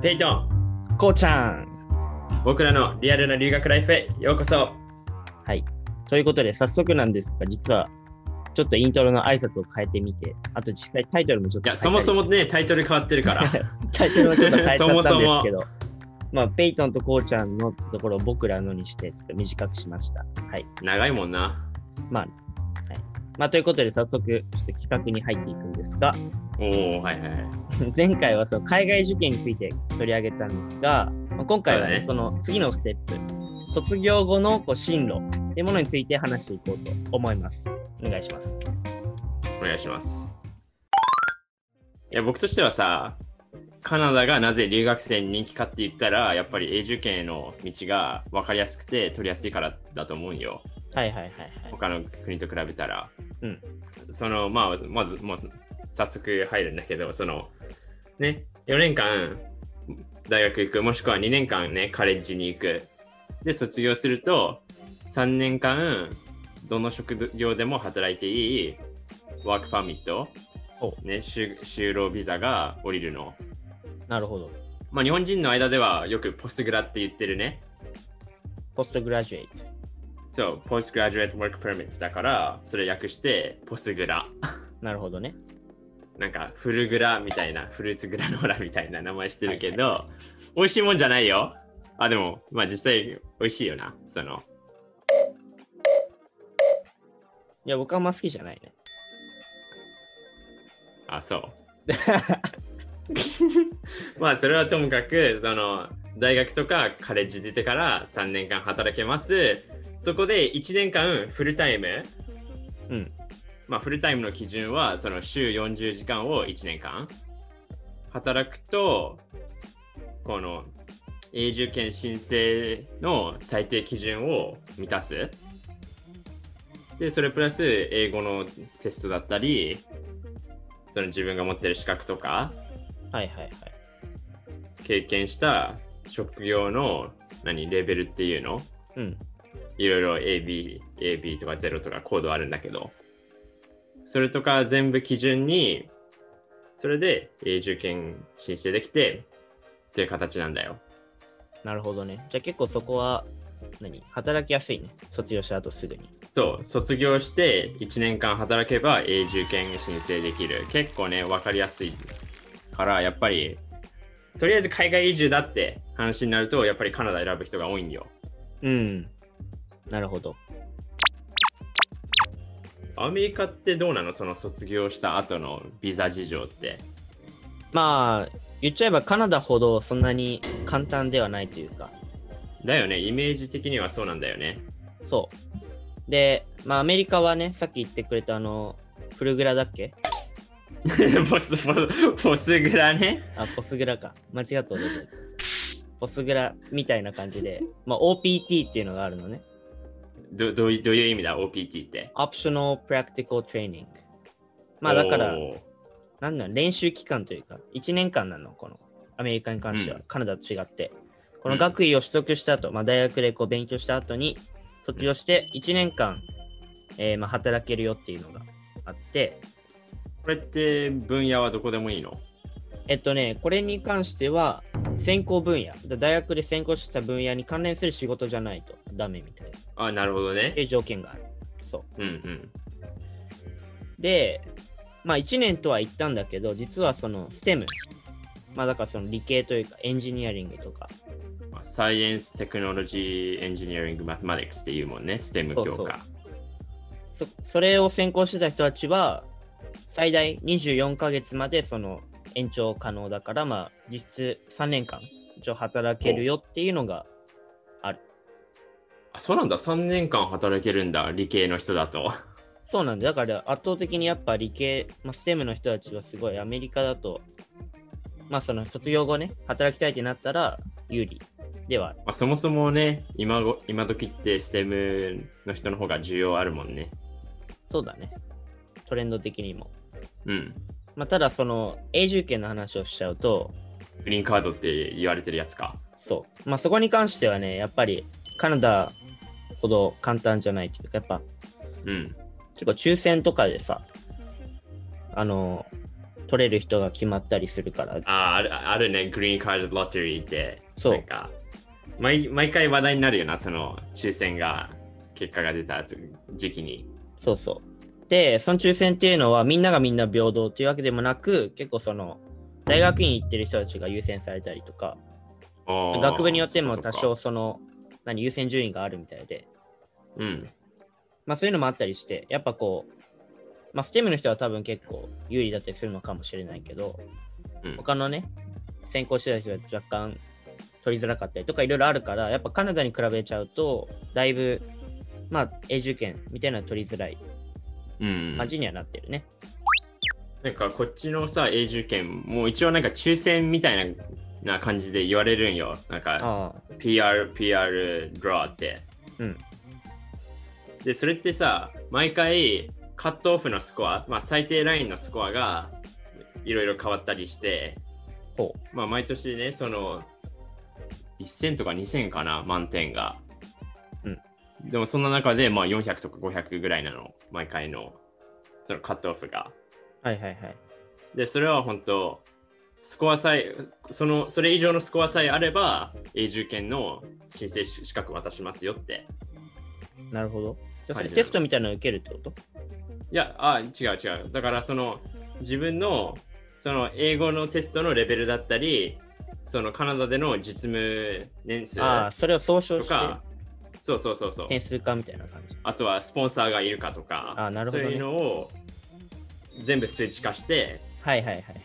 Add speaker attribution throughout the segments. Speaker 1: ペイトン、
Speaker 2: こうちゃん
Speaker 1: 僕らのリアルな留学ライフへようこそ。
Speaker 2: はい。ということで、早速なんですが、実は、ちょっとイントロの挨拶を変えてみて、あと実際タイトルもちょっ
Speaker 1: い
Speaker 2: と変
Speaker 1: や、
Speaker 2: えた
Speaker 1: そ
Speaker 2: り
Speaker 1: も
Speaker 2: して
Speaker 1: そもね、タイトル変わってる から。
Speaker 2: タイトルはちょっと変えちゃったんですけど、
Speaker 1: そもそ
Speaker 2: まあ、ペイトンとこうちゃんのってところを僕らのにして、ちょっと短くしました。はい。
Speaker 1: 長いもんな。
Speaker 2: まあ、はい。まあ、ということで、早速、ちょっと企画に入っていくんですが、
Speaker 1: おお、はいはいはい。
Speaker 2: 前回はその海外受験について取り上げたんですが、まあ今回はね、
Speaker 1: そ
Speaker 2: その次のステップ、卒業後のこう進路っていうものについて話していこうと思います。お願いします。
Speaker 1: お願いします。いや、僕としてはさ、カナダがなぜ留学生に人気かって言ったら、やっぱり永住権への道が分かりやすくて取りやすいからだと思うんよ。
Speaker 2: はいはいはいはい。
Speaker 1: 他の国と比べたら。
Speaker 2: うん
Speaker 1: その、まあ、まず、まず、早速入るんだけど、その、ね、4年間大学行く、もしくは2年間ね、カレッジに行く。で、卒業すると、3年間、どの職業でも働いていいワークパミット
Speaker 2: お、
Speaker 1: ね、就就労ビザが降りるの。
Speaker 2: なるほど。
Speaker 1: まあ、日本人の間ではよくポスグラって言ってるね。
Speaker 2: ポストグラジュエイト。
Speaker 1: そう、ポストグラジュエットワークパミットだから、それ略して、ポスグラ。
Speaker 2: なるほどね。
Speaker 1: なんかフルグラみたいなフルーツグラノーラみたいな名前してるけど、美味しいもんじゃないよあでもまあ実際美味しいよなその
Speaker 2: いや、僕はあんま好きじゃないね。
Speaker 1: あ そうまあそれはともかくその大学とかカレッジ出てから3年間働けますそこで1年間フルタイム
Speaker 2: うん
Speaker 1: まあフルタイムの基準はその週40時間を1年間働くとこの永住権申請の最低基準を満たすでそれプラス英語のテストだったりその自分が持ってる資格とか
Speaker 2: はいはいはい。
Speaker 1: 経験した職業の何レベルっていうの
Speaker 2: うん。
Speaker 1: いろいろ AB、AB とか0とかコードあるんだけど、それとか全部基準に、それで永住権申請できてっていう形なんだよ。
Speaker 2: なるほどね。じゃあ結構そこは、何働きやすいね。卒業した後すぐに。
Speaker 1: そう、卒業して1年間働けば永住権申請できる。結構ね、わかりやすいから、やっぱり、とりあえず海外移住だって話になると、やっぱりカナダ選ぶ人が多いんよ。
Speaker 2: うん。なるほど。
Speaker 1: アメリカってどうなのその卒業した後のビザ事情って。
Speaker 2: まあ、言っちゃえばカナダほどそんなに簡単ではないというか、
Speaker 1: だよね、イメージ的にはそうなんだよね。
Speaker 2: そう。で、まあ、アメリカはね、さっき言ってくれたあの、フルグラだっけ
Speaker 1: ポスポスポスグラね。
Speaker 2: あ、ポスグラか。間違った覚えてたポスグラみたいな感じで、まあ、OPT っていうのがあるのね。
Speaker 1: どどういどういう意味だ ?OPT って。
Speaker 2: Optional Practical Training。まあ、だから、
Speaker 1: おー
Speaker 2: なんだろう練習期間というか、1年間なの、このアメリカに関しては、
Speaker 1: うん
Speaker 2: カナダと違って。
Speaker 1: う
Speaker 2: この
Speaker 1: ん
Speaker 2: 学位を取得した後、まあ、大学でこう勉強した後に、卒業して1年間、えーまあ、働けるよっていうのがあって、
Speaker 1: これって分野はどこでもいいの
Speaker 2: えっとね、これに関しては、専攻分野、だ大学で専攻した分野に関連する仕事じゃないとダメみたいな、
Speaker 1: あ、なるほど
Speaker 2: そうい
Speaker 1: ね。
Speaker 2: う条件がある。そ
Speaker 1: うんうん。
Speaker 2: う。で、まあ1年とは言ったんだけど、実はその STEM、まあだからその理系というかエンジニアリングとか、
Speaker 1: サイエンス、テクノロジー、エンジニアリング、マテマティクスっていうもんね、STEM
Speaker 2: そう
Speaker 1: 教科。
Speaker 2: そうそそれを専攻してた人たちは、最大24ヶ月までその延長可能だから、まあ実質3年間、一応働けるよっていうのが、
Speaker 1: あ、そうなんだ。3年間働けるんだ、理系の人だと。
Speaker 2: そうなんだ。だから圧倒的にやっぱ理系、まあ、ステムの人たちはすごいアメリカだと、まあその卒業後ね、働きたいってなったら有利ではある。
Speaker 1: まあ、そもそもね、今ご今時って STEM の人の方が需要あるもんね。
Speaker 2: そうだね。トレンド的にも。
Speaker 1: うん。
Speaker 2: まあただその永住権の話をしちゃうと、
Speaker 1: グリーンカードって言われてるやつか。
Speaker 2: そう。まあそこに関してはね、やっぱりカナダほど簡単じゃないというか、やっぱ
Speaker 1: うん。
Speaker 2: 結構抽選とかでさ、あの、取れる人が決まったりするから、
Speaker 1: あーあるあるね、グリーンカードロッテリーって。
Speaker 2: そう
Speaker 1: なんか毎、毎回話題になるよな、その抽選が、結果が出た時期に。
Speaker 2: そうそう。で、その抽選っていうのは、みんながみんな平等というわけでもなく、結構その、大学院行ってる人たちが優先されたりとか、
Speaker 1: おー
Speaker 2: 学部によっても
Speaker 1: そっ
Speaker 2: 多
Speaker 1: か
Speaker 2: 少その、何、優先順位があるみたいで、
Speaker 1: うん。
Speaker 2: まあそういうのもあったりして、やっぱこう、まあステムの人は多分結構有利だったりするのかもしれないけど、
Speaker 1: うん
Speaker 2: 他のね、先行してた人は若干取りづらかったりとかいろいろあるから、やっぱカナダに比べちゃうと、だいぶ、まあ永住権みたいなのは取りづらい
Speaker 1: うん、
Speaker 2: 感じにはなってるね。
Speaker 1: なんかこっちのさ永住権もう一応なんか抽選みたいなな感じで言われるんよなんか
Speaker 2: ああ、
Speaker 1: PR PR ドラって
Speaker 2: うん
Speaker 1: でそれってさ毎回カットオフのスコア、まあ、最低ラインのスコアがいろいろ変わったりして
Speaker 2: ほう。
Speaker 1: まあ毎年ねその1000とか2000かな満点が、
Speaker 2: うん
Speaker 1: でもそんな中でまあ400とか500ぐらいなの毎回のそのカットオフが
Speaker 2: はいはいはい。
Speaker 1: で、それは本当、スコアさえ、その、それ以上のスコアさえあれば、永住権の申請し資格渡しますよって。
Speaker 2: なるほど。じゃあそ
Speaker 1: 感
Speaker 2: れ
Speaker 1: じ
Speaker 2: テストみたいなの受けるってこと
Speaker 1: いや、あ、違う違う。だから、その、自分の、その、英語のテストのレベルだったり、その、カナダでの実務年数
Speaker 2: ああ、それを総称
Speaker 1: と
Speaker 2: して
Speaker 1: か、そうそうそうそう。
Speaker 2: 点数化みたいな感じ。
Speaker 1: あとは、スポンサーがいるかとか、
Speaker 2: あなるほどね
Speaker 1: そういうのを全部数値化して、
Speaker 2: はいはいはいはい。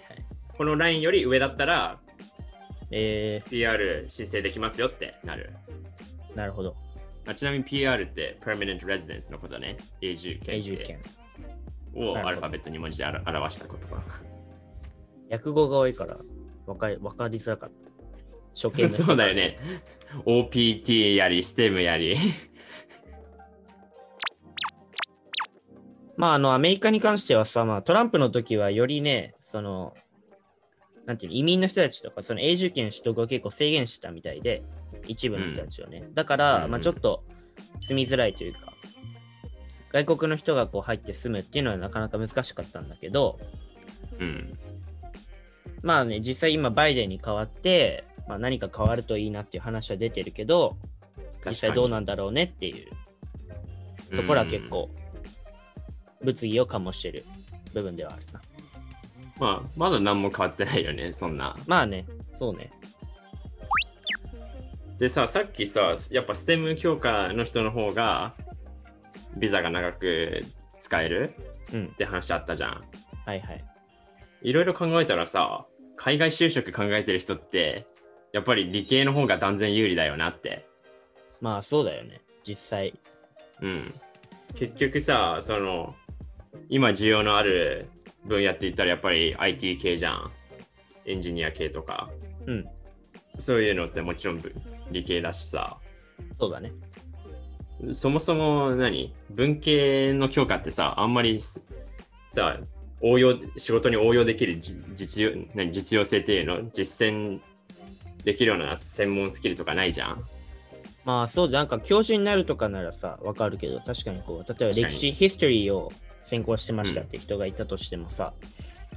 Speaker 1: このラインより上だったら、
Speaker 2: え
Speaker 1: PR 申請できますよってなる。
Speaker 2: ー、なるほど。
Speaker 1: あちなみに PR って Permanent Residence のことね。永住権
Speaker 2: 永住権。
Speaker 1: を
Speaker 2: なるほど
Speaker 1: アルファベット2文字であら表した言葉。
Speaker 2: 訳語が多いから分かり分かりづらかった。初見の人
Speaker 1: そうだよね。OPT やり、STEM やり。
Speaker 2: まあ、あの、アメリカに関してはさ、まあ、トランプの時はよりね、その、なんていうの移民の人たちとか、その永住権取得を結構制限してたみたいで、一部の人たちをね。だか
Speaker 1: うん
Speaker 2: ら、
Speaker 1: うん
Speaker 2: まあ、ちょっと住みづらいというか、外国の人がこう入って住むっていうのはなかなか難しかったんだけど、
Speaker 1: うん。
Speaker 2: まあね、実際今、バイデンに代わって、まあ、何か変わるといいなっていう話は出てるけど、実際どうなんだろうねっていうところは結構、物議を醸してる部分ではあるな。
Speaker 1: うん。まあ、まだ何も変わってないよね、そんな。
Speaker 2: まあね、そうね。
Speaker 1: でさ、さっきさ、やっぱ STEM 強化の人の方が、ビザが長く使える
Speaker 2: うん
Speaker 1: っ、て話あったじゃん。
Speaker 2: はいはい。
Speaker 1: いろいろ考えたらさ、海外就職考えてる人って、やっぱり理系の方が断然有利だよなって。
Speaker 2: まあそうだよね、実際。
Speaker 1: うん。結局さ、その、今需要のある分野って言ったらやっぱり IT 系じゃん。エンジニア系とか。
Speaker 2: うん、
Speaker 1: そういうのってもちろんぶ理系だしさ。
Speaker 2: そうだね。
Speaker 1: そもそも何文系の教科ってさ、あんまりすさ、応用、仕事に応用できるじ実用何実用性っていうの実践できるような専門スキルとかないじゃん。
Speaker 2: まあそうだ、なんか教授になるとかならさ、わかるけど、確かにこう、例えば
Speaker 1: 確かに
Speaker 2: 歴史、ヒストリーを専攻してましたって人がいたとしてもさ、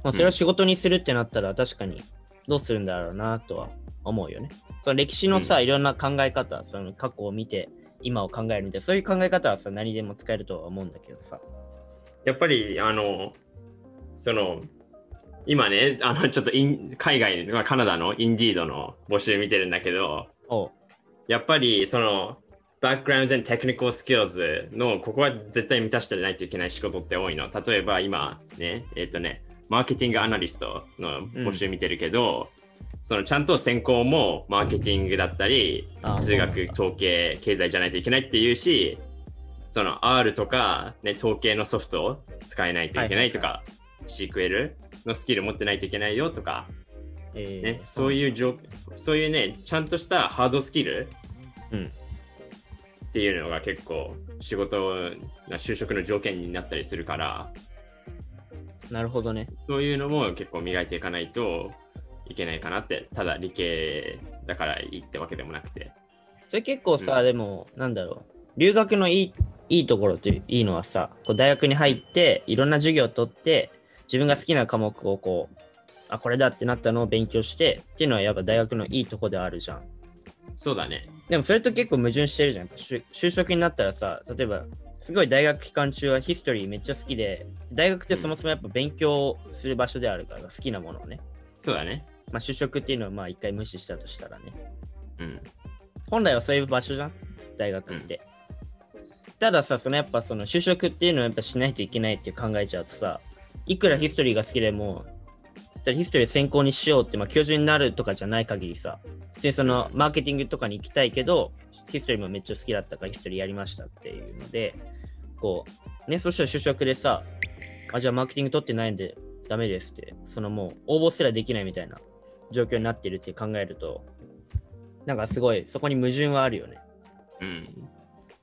Speaker 2: まあそれを仕事にするってなったら確かにどうするんだろうなとは思うよね。その歴史のさ、
Speaker 1: うん
Speaker 2: いろんな考え方、その過去を見て、今を考えるみたいな、そういう考え方はさ、何でも使えるとは思うんだけどさ。
Speaker 1: やっぱりあのその今ねあのちょっとイン海外、まあ、カナダのインディードの募集見てるんだけど
Speaker 2: おう
Speaker 1: やっぱりそのバックグラウンド and technical skills のここは絶対満たしてないといけない仕事って多いの例えば今ねえっ、とねマーケティングアナリストの募集見てるけど、そのちゃんと専攻もマーケティングだったり
Speaker 2: あ
Speaker 1: 数
Speaker 2: そう
Speaker 1: 学
Speaker 2: なん
Speaker 1: 統計経済じゃないといけないっていうしその R とか、ね、統計のソフトを使えないといけないとか、SQL のスキル持ってないといけないよとか、
Speaker 2: えー
Speaker 1: ね、そういう状そういうねちゃんとしたハードスキル
Speaker 2: うん
Speaker 1: っていうのが結構仕事な就職の条件になったりするから
Speaker 2: なるほどね。
Speaker 1: そういうのも結構磨いていかないといけないかなってただ理系だからいいってわけでもなくて
Speaker 2: それ結構さ、
Speaker 1: うん
Speaker 2: でもなんだろう留学のいいいいところといういいのはさこう大学に入っていろんな授業を取って自分が好きな科目をこう、あ、これだってなったのを勉強してっていうのはやっぱ大学のいいとこではあるじゃん。
Speaker 1: そうだね。
Speaker 2: でもそれと結構矛盾してるじゃん。就就職になったらさ、例えば、すごい大学期間中はヒストリーめっちゃ好きで、大学ってそもそもやっぱ勉強する場所であるから、好きなものをね。
Speaker 1: そうだね。
Speaker 2: まあ、就職っていうのはまあ一回無視したとしたらね。
Speaker 1: うん。
Speaker 2: 本来はそういう場所じゃん大学って、たださそのやっぱその就職っていうのをやっぱしないといけないって考えちゃうとさいくらヒストリーが好きでもだからヒストリー専攻にしようって、まあ、教授になるとかじゃない限りさ別にそのマーケティングとかに行きたいけどヒストリーもめっちゃ好きだったからヒストリーやりましたっていうのでこうねそしたら就職でさあじゃあマーケティング取ってないんでダメですってそのもう応募すらできないみたいな状況になってるって考えるとなんかすごいそこに矛盾はあるよね
Speaker 1: うん。い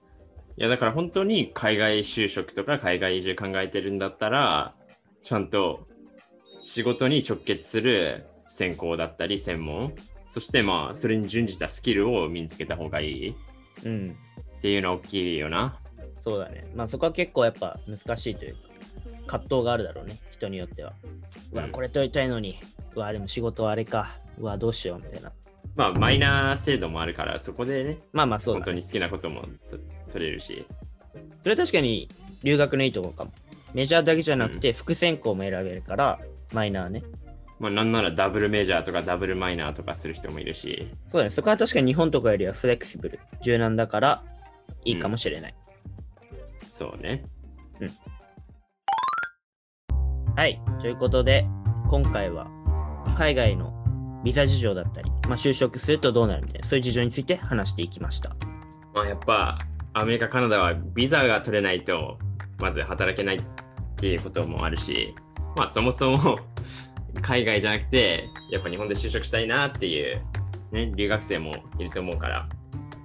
Speaker 1: や、だから本当に海外就職とか海外移住考えてるんだったら、ちゃんと仕事に直結する専攻だったり専門、そしてまあ、それに準じたスキルを身につけた方がいい
Speaker 2: うん
Speaker 1: っていうのは大きいよな。
Speaker 2: そうだね。まあそこは結構やっぱ難しいというか、葛藤があるだろうね、人によっては。うわ、
Speaker 1: うん
Speaker 2: これ取りたいのに、うわ、でも仕事はあれか、うわ、どうしようみたいな。
Speaker 1: まあ、マイナー制度もあるから、そこでね、
Speaker 2: まあまあそう
Speaker 1: 本
Speaker 2: だ、
Speaker 1: 当
Speaker 2: ね。
Speaker 1: に好きなこともと取れるし。
Speaker 2: それ確かに留学のいいとこかも。メジャーだけじゃなくて、副専攻も選べるから、マイナーね。
Speaker 1: まあ、なんならダブルメジャーとかダブルマイナーとかする人もいるし、
Speaker 2: そうだね。そこは確かに日本とかよりはフレキシブル、柔軟だから、いいかもしれない。
Speaker 1: そうね。
Speaker 2: はい。ということで、今回は海外のビザ事情だったり、まあ、就職するとどうなるみたいな、そういう事情について話していきました。
Speaker 1: まあ、やっぱアメリカ、カナダはビザが取れないとまず働けないっていうこともあるし、まあ、そもそも海外じゃなくてやっぱ日本で就職したいなっていう、ね、留学生もいると思うから、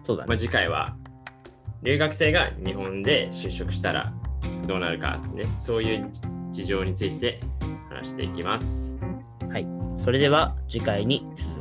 Speaker 2: そうだね
Speaker 1: まあ、。次回は留学生が日本で就職したらどうなるか、ね、そういう事情について話していきます。
Speaker 2: はい、それでは次回に続